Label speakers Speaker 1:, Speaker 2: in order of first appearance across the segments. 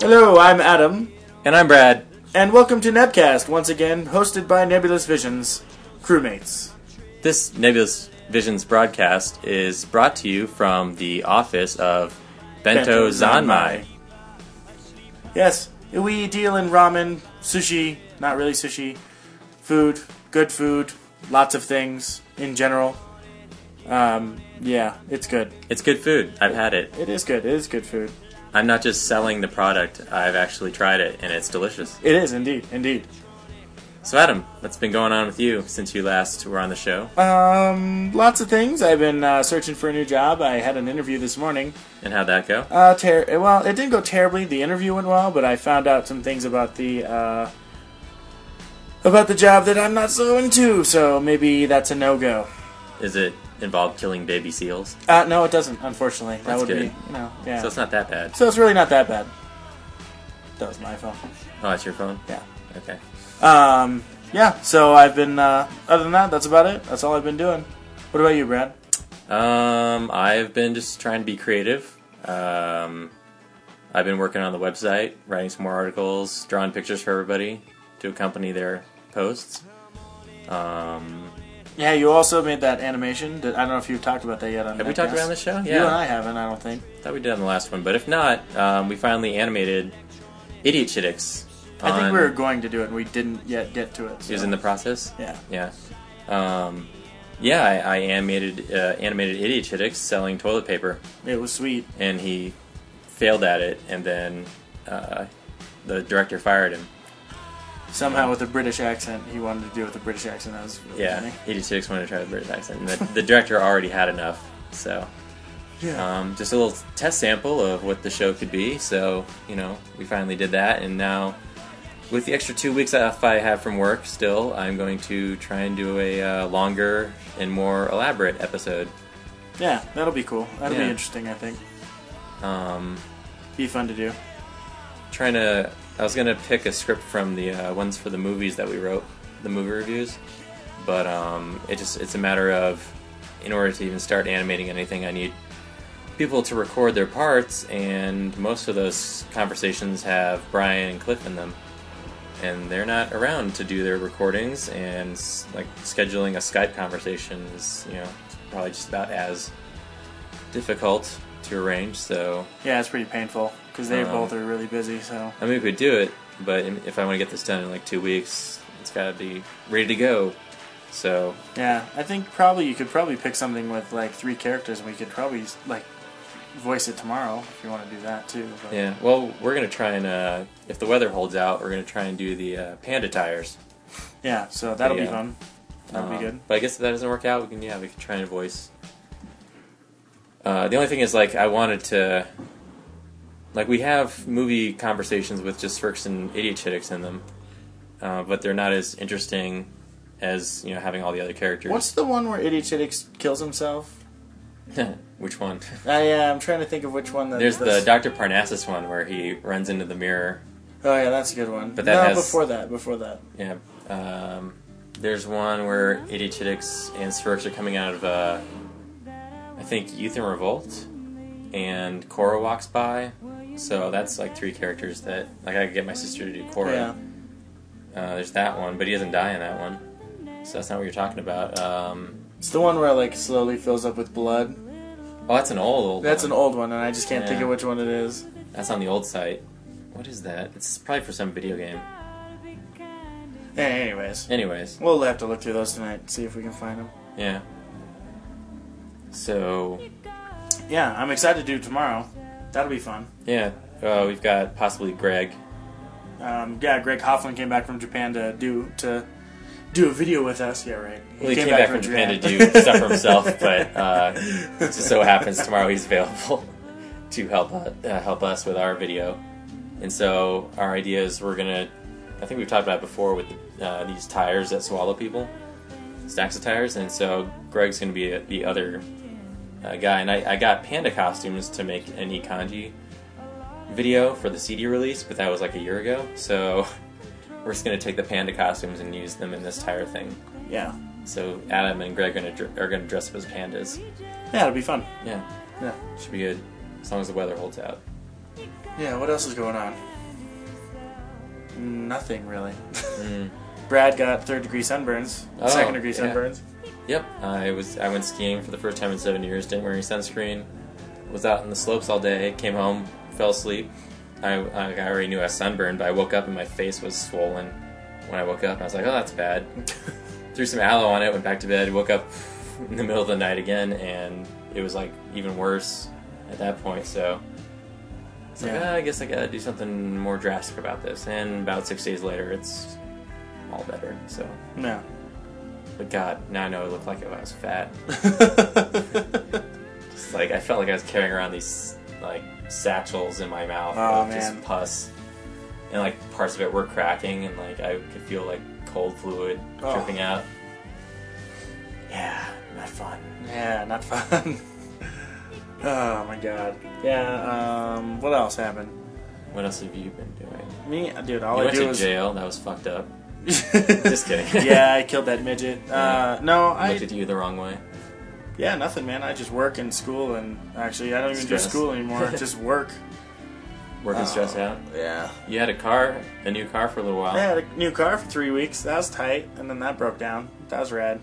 Speaker 1: Hello, I'm Adam,
Speaker 2: And I'm Brad.
Speaker 1: and welcome to Nebcast once again, hosted by Nebulous Visions, crewmates.
Speaker 2: This Nebulous Visions broadcast is brought to you from the office of Bento Zanmai.
Speaker 1: Yes, we deal in ramen, sushi, not really sushi, food, good food, lots of things in general. Um, yeah, it's good.
Speaker 2: It's good food. I've had it.
Speaker 1: It is good. It is good food.
Speaker 2: I'm not just selling the product, I've actually tried it and it's delicious.
Speaker 1: It is indeed, indeed.
Speaker 2: So, Adam, what's been going on with you since you last were on the show?
Speaker 1: Um, lots of things. I've been uh, searching for a new job. I had an interview this morning.
Speaker 2: And how'd that go?
Speaker 1: Uh, ter- well, it didn't go terribly. The interview went well, but I found out some things about the uh, about the job that I'm not so into. So maybe that's a no go.
Speaker 2: Is it involved killing baby seals?
Speaker 1: Uh, no, it doesn't. Unfortunately, that
Speaker 2: That's
Speaker 1: would
Speaker 2: good.
Speaker 1: be you know yeah.
Speaker 2: So, it's not that bad.
Speaker 1: So it's really not that bad. That was my phone.
Speaker 2: Oh, it's your phone?
Speaker 1: Yeah.
Speaker 2: Okay.
Speaker 1: Um. Yeah. So I've been. Uh, other than that, that's about it. That's all I've been doing. What about you, Brad?
Speaker 2: Um, I've been just trying to be creative. Um, I've been working on the website, writing some more articles, drawing pictures for everybody to accompany their posts. Um,
Speaker 1: Yeah. You also made that animation. Did, I don't know if you've talked about that yet. On
Speaker 2: have we talked
Speaker 1: Netcast.
Speaker 2: about it on the show?
Speaker 1: You and
Speaker 2: Yeah,
Speaker 1: I haven't. I don't think.
Speaker 2: I thought we did on the last one, but if not, um, we finally animated Idiot Chitix.
Speaker 1: I think
Speaker 2: on-
Speaker 1: we were going to do it, and we didn't yet get to it.
Speaker 2: It was
Speaker 1: so-
Speaker 2: in the process.
Speaker 1: Yeah.
Speaker 2: Yeah. Um, yeah, I, I animated uh, animated Idiot Chitix selling toilet paper.
Speaker 1: It was sweet.
Speaker 2: and he failed at it, and then uh, the director fired him.
Speaker 1: Somehow with a British accent, he wanted to do it with a British accent. That was really
Speaker 2: Yeah,
Speaker 1: funny.
Speaker 2: 86 wanted to try the British accent, and the, the director already had enough. So,
Speaker 1: Yeah.
Speaker 2: um, just a little test sample of what the show could be. So, you know, we finally did that, and now with the extra two weeks off I have from work, still, I'm going to try and do a uh, longer and more elaborate episode.
Speaker 1: yeah. That'll be cool. That'll
Speaker 2: Yeah.
Speaker 1: be interesting. I think.
Speaker 2: Um,
Speaker 1: Be fun to do.
Speaker 2: trying to i was gonna pick a script from the uh, ones for the movies that we wrote the movie reviews but um, it just it's a matter of in order to even start animating anything i need people to record their parts and most of those conversations have brian and cliff in them and they're not around to do their recordings and s- like scheduling a skype conversation is you know probably just about as difficult to arrange so
Speaker 1: Yeah, it's pretty painful because they
Speaker 2: Um,
Speaker 1: both are really busy. So
Speaker 2: I mean, we could do it, but if I want to get this done in like two weeks, it's got to be ready to go. So,
Speaker 1: Yeah, I think probably you could probably pick something with like three characters, and we could probably like voice it tomorrow if you want to do that too. But
Speaker 2: yeah. Well, we're going to try and, uh, if the weather holds out, we're going to try and do the uh, panda tires.
Speaker 1: Yeah, so that'll be
Speaker 2: Yeah.
Speaker 1: fun. That'll
Speaker 2: Um,
Speaker 1: be good.
Speaker 2: But I guess if that doesn't work out, we can, yeah, we can try and voice. Uh, the only thing is, like, I wanted to. Like, we have movie conversations with just Firks and Idiot Chittics in them, uh, but they're not as interesting as, you know, having all the other characters.
Speaker 1: What's the one where Itty Chittix kills himself?
Speaker 2: Which one?
Speaker 1: I, uh, I'm trying to think of which one. That,
Speaker 2: There's the
Speaker 1: that's-
Speaker 2: Dr. Parnassus one where he runs into the mirror.
Speaker 1: Oh yeah, that's a good one. But
Speaker 2: But that
Speaker 1: no,
Speaker 2: has-
Speaker 1: before that, before that.
Speaker 2: Yeah. Um, there's one where
Speaker 1: Uh-huh.
Speaker 2: Idiotitix and Spurks are coming out of, uh, I think, Youth in Revolt, and Cora walks by. So that's like three characters that, like, I could get my sister to do Cora.
Speaker 1: Yeah,
Speaker 2: Uh, there's that one, but he doesn't die in that one. So that's not what you're talking about. Um,
Speaker 1: it's the one where like slowly fills up with blood.
Speaker 2: oh, that's an old, old
Speaker 1: That's
Speaker 2: one.
Speaker 1: an old one, and I just can't think
Speaker 2: Yeah.
Speaker 1: of which one it is.
Speaker 2: That's on the old site. What is that? It's probably for some video game.
Speaker 1: Eh, Anyways,
Speaker 2: Anyways.
Speaker 1: we'll have to look through those tonight and see if we can find them.
Speaker 2: Yeah. So
Speaker 1: Yeah, I'm excited to do tomorrow. That'll be fun.
Speaker 2: yeah, uh, we've got possibly Greg.
Speaker 1: Um, yeah, Greg Hoffman came back from Japan to do to do a video with us. Yeah, right.
Speaker 2: Well, he came, back, from Japan, to do stuff for himself, but uh, it just so happens tomorrow he's available to help uh, uh, help us with our video. And so our idea is we're gonna. I think we've talked about it before with uh, these tires that swallow people, stacks of tires. And so Greg's gonna be the other uh, guy. And I, I got panda costumes to make an Ekanji video for the CD release, but that was like a year ago. So we're just gonna take the panda costumes and use them in this tire thing.
Speaker 1: yeah,
Speaker 2: So Adam and Greg are gonna, dr- are gonna dress up as pandas.
Speaker 1: yeah, it'll be fun.
Speaker 2: Yeah,
Speaker 1: Yeah,
Speaker 2: should be good as long as the weather holds out.
Speaker 1: yeah. What else is going on? Nothing really.
Speaker 2: Mm.
Speaker 1: Brad got third degree sunburns,
Speaker 2: Oh,
Speaker 1: second degree
Speaker 2: yeah.
Speaker 1: sunburns.
Speaker 2: Yep, I was I went skiing for the first time in seven years. Didn't wear any sunscreen. Was out on the slopes all day. Came home, fell asleep. I, I already knew I was sunburned, but I woke up and my face was swollen. When I woke up, I was like, "Oh, that's bad." Threw some aloe on it. Went back to bed. Woke up in the middle of the night again, and it was like even worse at that point. So, it's like,
Speaker 1: Yeah.
Speaker 2: "Ah, I guess I gotta do something more drastic about this. And about six days later, it's all better. So,
Speaker 1: No.
Speaker 2: but God, now I know I look like if I was fat.
Speaker 1: oh
Speaker 2: It's like I felt like I was carrying around these like satchels in my mouth
Speaker 1: Oh,
Speaker 2: of just
Speaker 1: man.
Speaker 2: pus, and like parts of it were cracking, and like I could feel like cold fluid
Speaker 1: Oh.
Speaker 2: dripping out. Yeah, not fun.
Speaker 1: yeah, not fun. oh my god. Yeah. Um. What else happened?
Speaker 2: What else have you been doing?
Speaker 1: Me, dude. All
Speaker 2: you
Speaker 1: I
Speaker 2: went
Speaker 1: do
Speaker 2: to
Speaker 1: is
Speaker 2: jail. That was fucked up.
Speaker 1: just
Speaker 2: kidding.
Speaker 1: yeah, I killed that midget. Uh, no, I
Speaker 2: Looked at you the wrong way.
Speaker 1: Yeah, nothing, man. I just work and school, and actually, I don't even
Speaker 2: Stress.
Speaker 1: do school anymore. just work. Oh.
Speaker 2: Working stress out.
Speaker 1: Yeah.
Speaker 2: You had a car, a new car for a little while.
Speaker 1: I had a new car for three weeks. That was tight, and then that broke down. That was rad.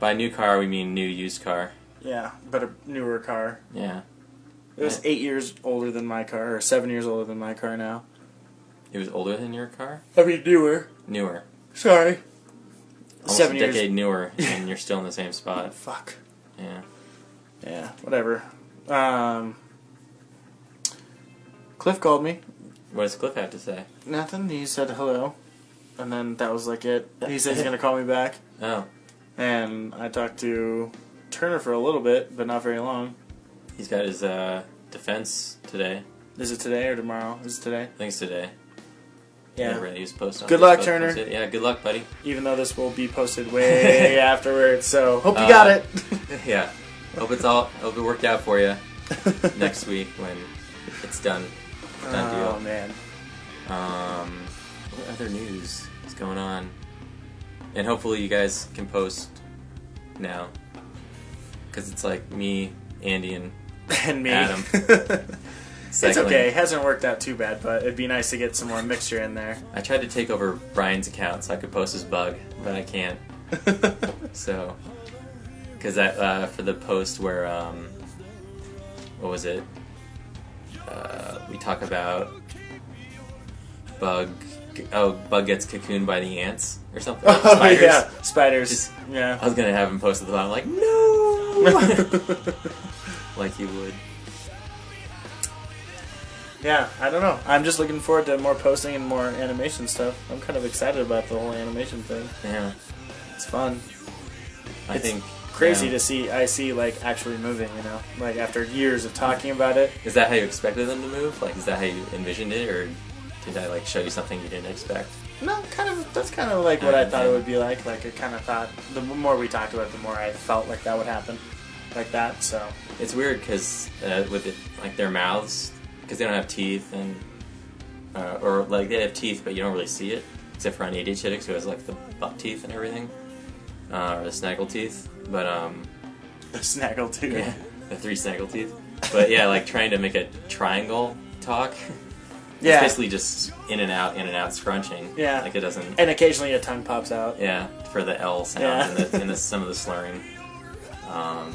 Speaker 2: By new car, we mean new used car.
Speaker 1: Yeah, but a newer car.
Speaker 2: Yeah,
Speaker 1: It was eight years older than my car, or seven years older than my car now.
Speaker 2: it was older than your car.
Speaker 1: I mean, newer.
Speaker 2: Newer,
Speaker 1: Sorry.
Speaker 2: almost
Speaker 1: seven
Speaker 2: a
Speaker 1: years.
Speaker 2: decade newer, and you're still in the same spot.
Speaker 1: Fuck.
Speaker 2: Yeah.
Speaker 1: Yeah, whatever. Um, Cliff called me.
Speaker 2: What does Cliff have to say?
Speaker 1: Nothing. He said hello, and then that was like it. He said he's gonna call me back.
Speaker 2: Oh,
Speaker 1: And I talked to Turner for a little bit, but not very long.
Speaker 2: he's got his uh, defense today.
Speaker 1: Is it today or tomorrow? Is it today?
Speaker 2: I think it's today.
Speaker 1: Yeah.
Speaker 2: Whenever he was posted on
Speaker 1: Good luck,
Speaker 2: Facebook.
Speaker 1: Turner.
Speaker 2: That's it. Yeah, good luck, buddy.
Speaker 1: Even though this will be posted way afterwards, so hope you got
Speaker 2: Uh,
Speaker 1: it.
Speaker 2: yeah. Hope it's all. Hope it worked out for you next week when it's done. Done
Speaker 1: Oh man.
Speaker 2: deal. Um, what other news is going on? And hopefully you guys can post now, because it's like me, Andy, and
Speaker 1: And me.
Speaker 2: Adam.
Speaker 1: it's
Speaker 2: cycling.
Speaker 1: okay. It hasn't worked out too bad, but it'd be nice to get some more mixture in there.
Speaker 2: I tried to take over Brian's account so I could post his bug, but I can't. Oh, So, because that uh, for the post where um, what was it? Uh, we talk about bug. Oh, bug gets cocooned by the ants or something. like
Speaker 1: oh
Speaker 2: spiders.
Speaker 1: yeah, spiders.
Speaker 2: Just- I
Speaker 1: yeah.
Speaker 2: was gonna have him post it, but I'm like, no, like you would.
Speaker 1: yeah, I don't know. I'm just looking forward to more posting and more animation stuff. I'm kind of excited about the whole animation thing.
Speaker 2: Yeah,
Speaker 1: It's fun.
Speaker 2: I
Speaker 1: It's
Speaker 2: think
Speaker 1: crazy
Speaker 2: yeah.
Speaker 1: to see I see like actually moving, you know, like after years of talking about it.
Speaker 2: Is that how you expected them to move? Like, is that how you envisioned it, or did I like show you something you didn't expect?
Speaker 1: No, kind of. That's kind of like what I
Speaker 2: Yeah.
Speaker 1: thought it would be like. Like I kind of thought the more we talked about, it, the more I felt like that would happen, like that. So
Speaker 2: It's weird because uh, with it, like their mouths, because they don't have teeth, and uh, or like they have teeth, but you don't really see it, except for on Adiachitix, who has like the buck teeth and everything, uh, or the snaggle teeth. But um,
Speaker 1: the snaggle too.
Speaker 2: yeah, the three snaggle teeth. But yeah, like trying to make a triangle talk.
Speaker 1: Yeah,
Speaker 2: It's basically just in and out, in and out, scrunching.
Speaker 1: Yeah.
Speaker 2: Like it doesn't.
Speaker 1: and occasionally a tongue pops out.
Speaker 2: Yeah, for the L sound
Speaker 1: Yeah.
Speaker 2: and, the, and the, some of the slurring. Um,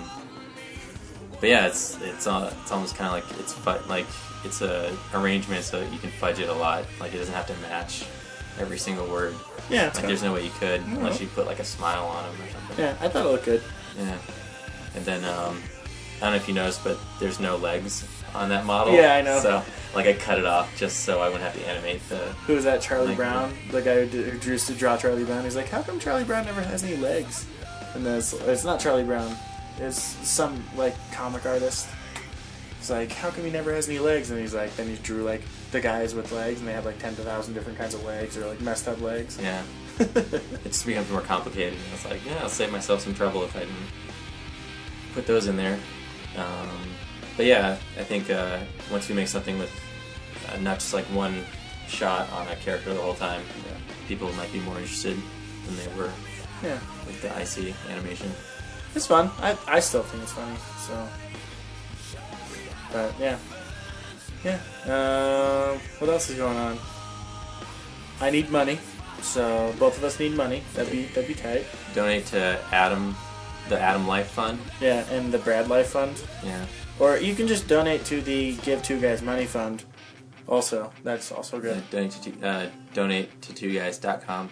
Speaker 2: but yeah, it's it's uh, it's almost kind of like it's fu- like it's a arrangement so that you can fudge it a lot. Like it doesn't have to match every single word.
Speaker 1: Yeah, it's
Speaker 2: Like
Speaker 1: fun.
Speaker 2: there's no way you could unless you put like a smile on them or something.
Speaker 1: Mm-hmm. yeah. I thought it looked good.
Speaker 2: Yeah. And then um, I don't know if you noticed, but there's no legs on that model.
Speaker 1: Yeah, I know.
Speaker 2: So like I cut it off just so I wouldn't have to animate the.
Speaker 1: Who was that? Charlie
Speaker 2: Like-
Speaker 1: Brown, the guy who, did, who used to draw Charlie Brown. He's like, how come Charlie Brown never has any legs? And then it's, it's not Charlie Brown. It's some like comic artist. It's like, how come he never has any legs? And he's like, then he drew like the guys with legs, and they have like ten thousand different kinds of legs or like messed up legs.
Speaker 2: Yeah. it just becomes more complicated. And I was like, yeah, I'll save myself some trouble if I didn't put those in there. Um, but yeah, I think uh, once you make something with uh, not just like one shot on a character the whole time, people might be more interested than they were
Speaker 1: yeah,
Speaker 2: with the IC animation.
Speaker 1: it's fun. I I still think it's funny. So, uh, but yeah, yeah. Um, what else is going on? I need money, so both of us need money. That'd be that'd be tight.
Speaker 2: Donate to Adam, the Adam Life Fund.
Speaker 1: Yeah, and the Brad Life Fund,
Speaker 2: Yeah.
Speaker 1: or you can just donate to the Give Two Guys Money Fund. Also, that's also
Speaker 2: Uh,
Speaker 1: good.
Speaker 2: donate to two, uh, donate to two guys.com.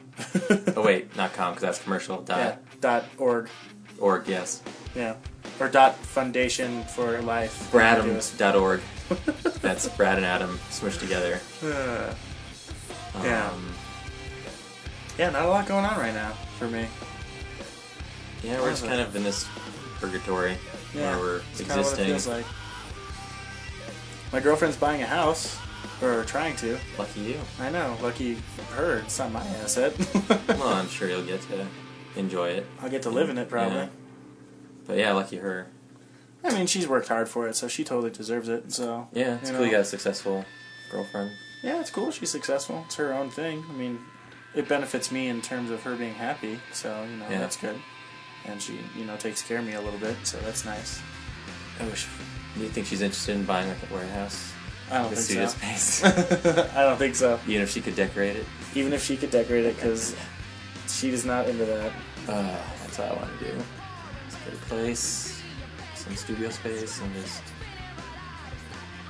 Speaker 2: Oh wait, not com because that's commercial. Dot
Speaker 1: yeah, dot org.
Speaker 2: org. Yes.
Speaker 1: Yeah, or dot Foundation for Life.
Speaker 2: Bradams dot org. that's Brad and Adam smushed together.
Speaker 1: Uh,
Speaker 2: Um,
Speaker 1: Yeah. yeah, not a lot going on right now for me.
Speaker 2: yeah, we're just kind of in this purgatory
Speaker 1: Yeah,
Speaker 2: where we're
Speaker 1: it's kind of what it
Speaker 2: existing.
Speaker 1: feels like. My girlfriend's buying a house, or trying to.
Speaker 2: Lucky you.
Speaker 1: I know, lucky her. It's not my asset.
Speaker 2: Well, I'm sure you'll get to enjoy it.
Speaker 1: I'll get to live in it probably.
Speaker 2: Yeah. But yeah, lucky her.
Speaker 1: I mean, she's worked hard for it, so she totally deserves it. So
Speaker 2: Yeah, it's
Speaker 1: You
Speaker 2: cool you
Speaker 1: know.
Speaker 2: got a successful girlfriend.
Speaker 1: yeah, it's cool. She's successful. It's her own thing. I mean, it benefits me in terms of her being happy. So you know
Speaker 2: Yeah.
Speaker 1: that's good. And she, you know, takes care of me a little bit, so that's nice. I wish.
Speaker 2: Do you think she's interested in buying like a warehouse?
Speaker 1: I don't
Speaker 2: The
Speaker 1: think
Speaker 2: studio
Speaker 1: so.
Speaker 2: space.
Speaker 1: I don't think so.
Speaker 2: Even if she could decorate it.
Speaker 1: Even if she could decorate it, because she is not into that.
Speaker 2: Uh, that's what I want to do. It's a good place, some studio space, and just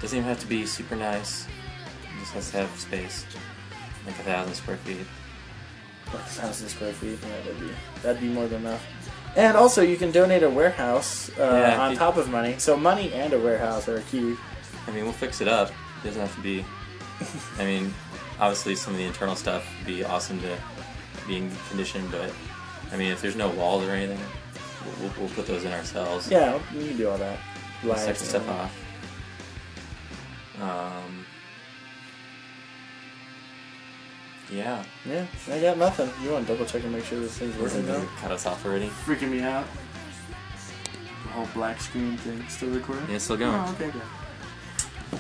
Speaker 2: doesn't even have to be super nice. It just has to have space, like a thousand square feet.
Speaker 1: Like thousand square feet. Yeah, that'd be that'd be more than enough. And also, you can donate a warehouse uh,
Speaker 2: Yeah,
Speaker 1: on
Speaker 2: it-
Speaker 1: top of money. So money and a warehouse are key.
Speaker 2: I mean, we'll fix it up. It doesn't have to be. I mean, obviously, some of the internal stuff would be awesome to be in condition, but I mean, if there's no walls or anything, we'll, we'll, we'll put those in ourselves.
Speaker 1: Yeah, you can do all that.
Speaker 2: Just have
Speaker 1: Lights
Speaker 2: to
Speaker 1: and-
Speaker 2: step off. Um, yeah.
Speaker 1: Yeah, I got nothing. You want to double check and make sure this thing's working
Speaker 2: Does
Speaker 1: though?
Speaker 2: it Cut us off already.
Speaker 1: Freaking me out. The whole black screen thing still recording.
Speaker 2: Yeah, it's still going.
Speaker 1: Oh, okay, good.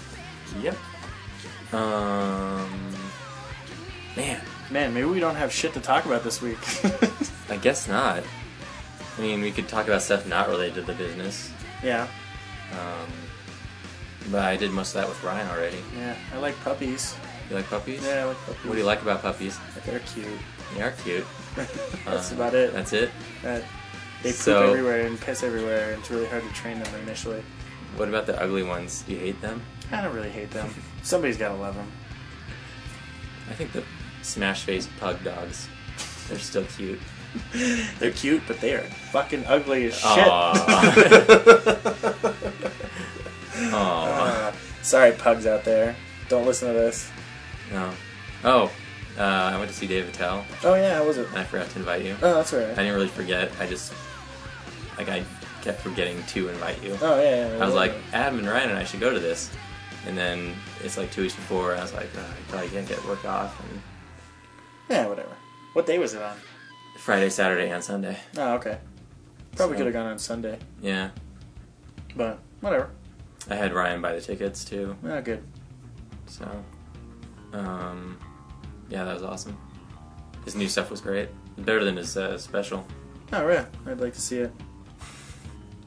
Speaker 2: Yep. Um, man,
Speaker 1: Man, maybe we don't have shit to talk about this week.
Speaker 2: I guess not. I mean, we could talk about stuff not related to the business.
Speaker 1: yeah,
Speaker 2: Um, but I did most of that with Ryan already.
Speaker 1: yeah. I like puppies.
Speaker 2: You like puppies?
Speaker 1: Yeah, I like puppies.
Speaker 2: What do you like about puppies?
Speaker 1: They're cute.
Speaker 2: They are cute.
Speaker 1: That's
Speaker 2: Uh,
Speaker 1: about it.
Speaker 2: That's it.
Speaker 1: that they poop
Speaker 2: So-
Speaker 1: everywhere and piss everywhere, and it's really hard to train them initially.
Speaker 2: What about the ugly ones? Do you hate them?
Speaker 1: I don't really hate them. Somebody's gotta love them.
Speaker 2: I think the smash face pug dogs. They're still cute.
Speaker 1: They're cute, but they are fucking ugly as shit.
Speaker 2: Aw.
Speaker 1: Uh, sorry, pugs out there. Don't listen to this.
Speaker 2: No. Oh, uh, I went to see Dave Attell,
Speaker 1: Oh yeah, how was it?
Speaker 2: and I forgot to invite you.
Speaker 1: Oh, that's
Speaker 2: I
Speaker 1: alright.
Speaker 2: didn't really forget. I just like I kept forgetting to invite you.
Speaker 1: Oh yeah, yeah, yeah.
Speaker 2: I was like, Adam and Ryan and I should go to this, and then it's like two weeks before. And I was like, oh, I probably can't get work off. And
Speaker 1: yeah, whatever. What day was it on?
Speaker 2: Friday, Saturday, and Sunday.
Speaker 1: Oh, okay. Probably
Speaker 2: So-
Speaker 1: could have gone on Sunday,
Speaker 2: Yeah,
Speaker 1: but whatever.
Speaker 2: I had Ryan buy the tickets too.
Speaker 1: Oh, good.
Speaker 2: So, um, yeah, that was awesome. His new stuff was great. Better than his uh, special.
Speaker 1: Oh yeah, I'd like to see it.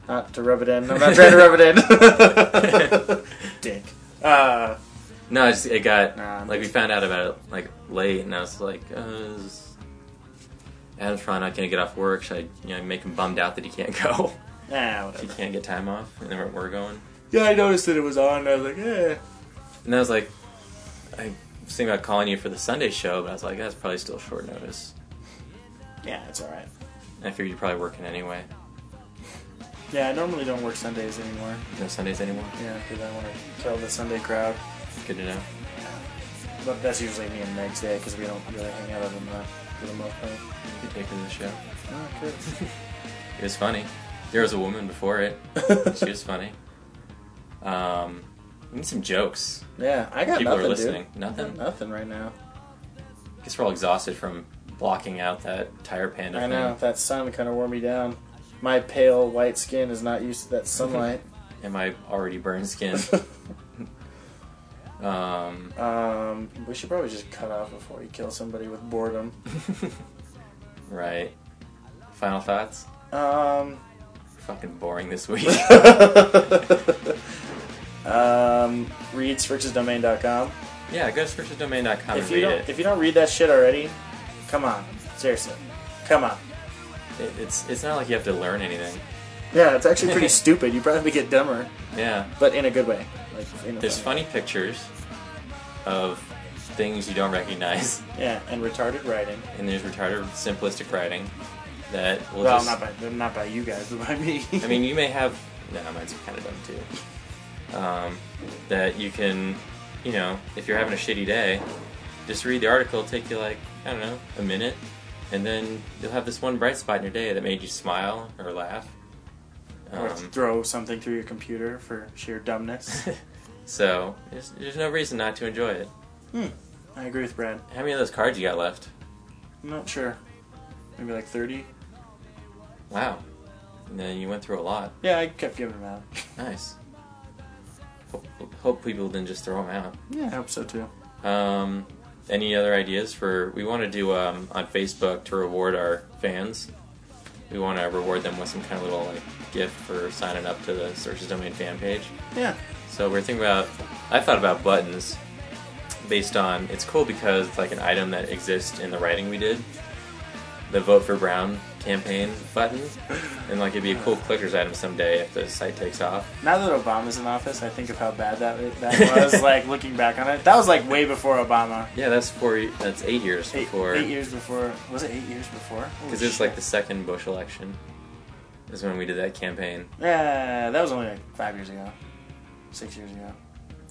Speaker 1: Not to rub it in. I'm not trying to rub it in. Dick. Uh,
Speaker 2: No, it's, it got
Speaker 1: Nah, I'm
Speaker 2: like we
Speaker 1: just-
Speaker 2: found out about it like late, and I was like, uh, is Adam's probably not gonna get off work. Should I, you know, make him bummed out that he can't go?
Speaker 1: nah,
Speaker 2: he
Speaker 1: whatever.
Speaker 2: can't get time off, and then we're, we're going.
Speaker 1: Yeah, I noticed that it was on. I was like, eh.
Speaker 2: And I was like, I was thinking about calling you for the Sunday show, but I was like, that's probably still short notice.
Speaker 1: Yeah, it's all right.
Speaker 2: And I figured you're probably working anyway.
Speaker 1: Yeah, I normally don't work Sundays anymore.
Speaker 2: No Sundays anymore.
Speaker 1: Yeah, because I want to kill the Sunday crowd.
Speaker 2: Good to know.
Speaker 1: But that's usually me and Meg's day because we don't really hang out other than that for the most part.
Speaker 2: You can take her to the show.
Speaker 1: Oh, good.
Speaker 2: It was funny. There was a woman before it. she was funny. Um, we need some jokes.
Speaker 1: Yeah, I got
Speaker 2: People are
Speaker 1: nothing,
Speaker 2: listening.
Speaker 1: dude.
Speaker 2: Nothing?
Speaker 1: I got nothing right now.
Speaker 2: I guess we're all exhausted from blocking out that tire panda
Speaker 1: I know that sun kind of wore me down. My pale white skin is not used to that sunlight.
Speaker 2: thing and my already burned skin. um,
Speaker 1: um, we should probably just cut off before you kill somebody with boredom.
Speaker 2: right. Final thoughts?
Speaker 1: Um,
Speaker 2: Fucking boring this week.
Speaker 1: um, readsrichesdomain.com.
Speaker 2: Yeah, go to scripturedomain.com and
Speaker 1: If you
Speaker 2: read
Speaker 1: don't,
Speaker 2: it.
Speaker 1: if you don't read that shit already, come on, seriously, come on.
Speaker 2: it. It's it's not like you have to learn anything.
Speaker 1: Yeah, it's actually pretty stupid. You probably get dumber,
Speaker 2: Yeah,
Speaker 1: but in a good way. Like in a
Speaker 2: there's
Speaker 1: fun way.
Speaker 2: funny pictures of things you don't recognize,
Speaker 1: Yeah, and retarded writing.
Speaker 2: and there's retarded simplistic writing that will
Speaker 1: well,
Speaker 2: just.
Speaker 1: not by not by you guys, but by me.
Speaker 2: I mean, you may have. No, mine's kind of dumb too. Um, that you can, you know, if you're having a shitty day, just read the article. It'll take you like I don't know a minute, and then you'll have this one bright spot in your day that made you smile or laugh. Um,
Speaker 1: or throw something through your computer for sheer dumbness.
Speaker 2: So there's, there's no reason not to enjoy it.
Speaker 1: I agree with Brad.
Speaker 2: How many of those cards you got left?
Speaker 1: I'm not sure. Maybe like 30.
Speaker 2: Wow. And then you went through a lot.
Speaker 1: Yeah, I kept giving them out.
Speaker 2: Nice. Hope, hope people didn't just throw them
Speaker 1: Yeah, I hope so too.
Speaker 2: out. Um, any other ideas for? We want to do um, on Facebook to reward our fans. We want to reward them with some kind of little like gift for signing up to the Searches Domain fan page.
Speaker 1: Yeah.
Speaker 2: So we're thinking about. I thought about buttons, based on it's cool because it's like an item that exists in the writing we did, the vote for Brown campaign button, and like it'd be a cool clicker's item someday if the site takes off.
Speaker 1: Now that Obama's in office, I think of how bad that that was. like looking back on it, that was like way before Obama.
Speaker 2: Yeah, that's four. ye- That's eight years
Speaker 1: Eight,
Speaker 2: before,
Speaker 1: eight years before. Was it eight years before?
Speaker 2: because it was like the second Bush election, is when we did that campaign
Speaker 1: Yeah, that was only like five years ago, six years ago.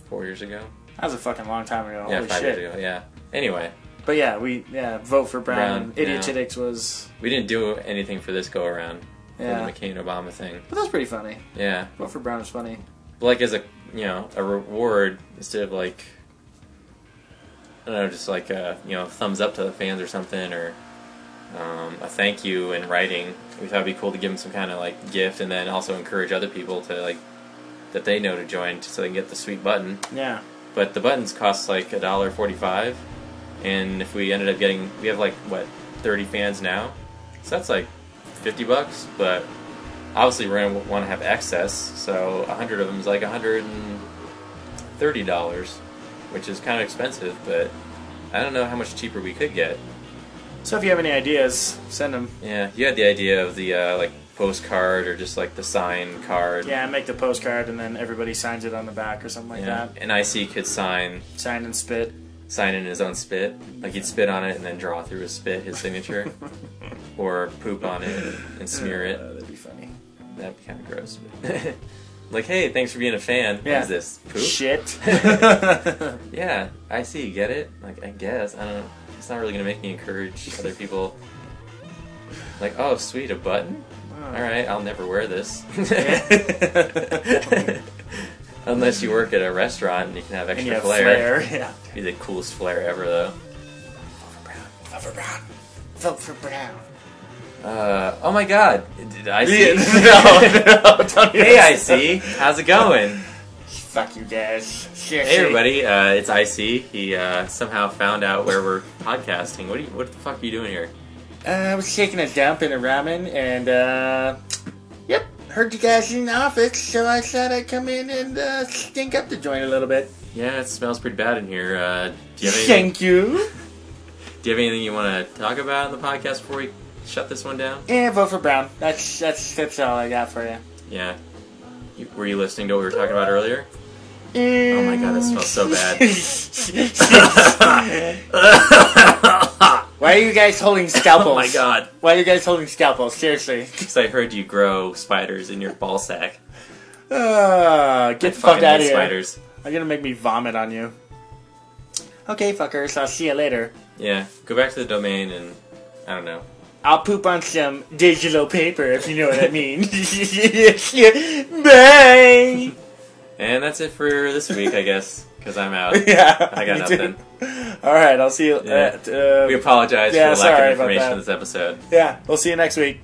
Speaker 2: four years ago.
Speaker 1: That was a fucking long time ago.
Speaker 2: yeah,
Speaker 1: Holy
Speaker 2: five
Speaker 1: shit.
Speaker 2: years ago. Yeah. Anyway,
Speaker 1: But yeah, we yeah vote for Brown.
Speaker 2: Brown,
Speaker 1: Idiotitics was
Speaker 2: we didn't do anything for this go around.
Speaker 1: yeah,
Speaker 2: For the McCain Obama thing.
Speaker 1: but that was pretty funny.
Speaker 2: Yeah.
Speaker 1: Vote for Brown was funny.
Speaker 2: like as a you know a reward instead of like I don't know, just like a you know thumbs up to the fans or something, or um, a thank you in writing. We thought it'd be cool to give them some kind of like gift, and then also encourage other people to like that they know to join, so they can get the sweet button.
Speaker 1: Yeah,
Speaker 2: But the buttons cost like a dollar forty-five, and if we ended up getting, we have like what thirty fans now, so that's like fifty bucks. But obviously, we're gonna want to have excess, so hundred of them is like hundred and thirty dollars, which is kind of expensive. But I don't know how much cheaper we could get.
Speaker 1: So if you have any ideas, send them.
Speaker 2: Yeah, you had the idea of the uh, like postcard or just like the sign card.
Speaker 1: Yeah, make the postcard and then everybody signs it on the back or something like
Speaker 2: Yeah.
Speaker 1: that.
Speaker 2: And IC could sign
Speaker 1: Sign and spit.
Speaker 2: sign in his own spit. Like he'd spit on it and then draw through his spit his signature, or poop on it and smear
Speaker 1: Uh,
Speaker 2: it.
Speaker 1: that'd be funny.
Speaker 2: That'd be kind of gross. but- like, hey, thanks for being a fan. What
Speaker 1: Yeah.
Speaker 2: is this poop?
Speaker 1: Shit.
Speaker 2: Yeah, I see. Get it? Like, I guess I don't. It's not really gonna make me encourage other people. Like, oh, sweet, a button. All right, I'll never wear this. Unless you work at a restaurant and you can have
Speaker 1: and
Speaker 2: extra
Speaker 1: you have
Speaker 2: flair.
Speaker 1: flair. Yeah.
Speaker 2: Be the coolest flair ever, though.
Speaker 1: Vote for Brown. Vote for Brown.
Speaker 2: Uh, oh my god, did I see?
Speaker 1: no, no, don't
Speaker 2: hey, I see. How's it going?
Speaker 1: Fuck you guys.
Speaker 2: Hey, everybody. Uh, it's IC. He uh, somehow found out where we're podcasting. What do you? What the fuck are you doing here?
Speaker 1: Uh, I was taking a dump in a ramen and, uh, yep, heard you guys in the office, so I thought I'd come in and, uh, stink up the joint a little bit.
Speaker 2: Yeah, it smells pretty bad in here. Uh, do you have anything?
Speaker 1: Thank you.
Speaker 2: Do you have anything you want to talk about in the podcast before we shut this one down?
Speaker 1: And vote for Brown. That's, that's, that's all I got for you.
Speaker 2: Yeah. You, were you listening to what we were talking about earlier? Oh my god, that smells so bad.
Speaker 1: Why are you guys holding scalpels?
Speaker 2: Oh my god.
Speaker 1: Why are you guys holding scalpels? Seriously.
Speaker 2: Because I heard you grow spiders in your ball sack.
Speaker 1: Uh, get the fuck
Speaker 2: Fucking
Speaker 1: out of here.
Speaker 2: spiders.
Speaker 1: You're gonna make me vomit on you. Okay, fuckers, I'll see you later.
Speaker 2: Yeah. Go back to the domain and I don't know.
Speaker 1: I'll poop on some digital paper if you know what I mean. Bye!
Speaker 2: And that's it for this week, I guess, because I'm out.
Speaker 1: Yeah.
Speaker 2: I got
Speaker 1: me too.
Speaker 2: nothing.
Speaker 1: Alright, I'll see you.
Speaker 2: Yeah.
Speaker 1: At, uh,
Speaker 2: We apologize
Speaker 1: Yeah,
Speaker 2: for the lack
Speaker 1: sorry
Speaker 2: of
Speaker 1: about
Speaker 2: information
Speaker 1: that.
Speaker 2: in this episode.
Speaker 1: yeah, we'll see you next week.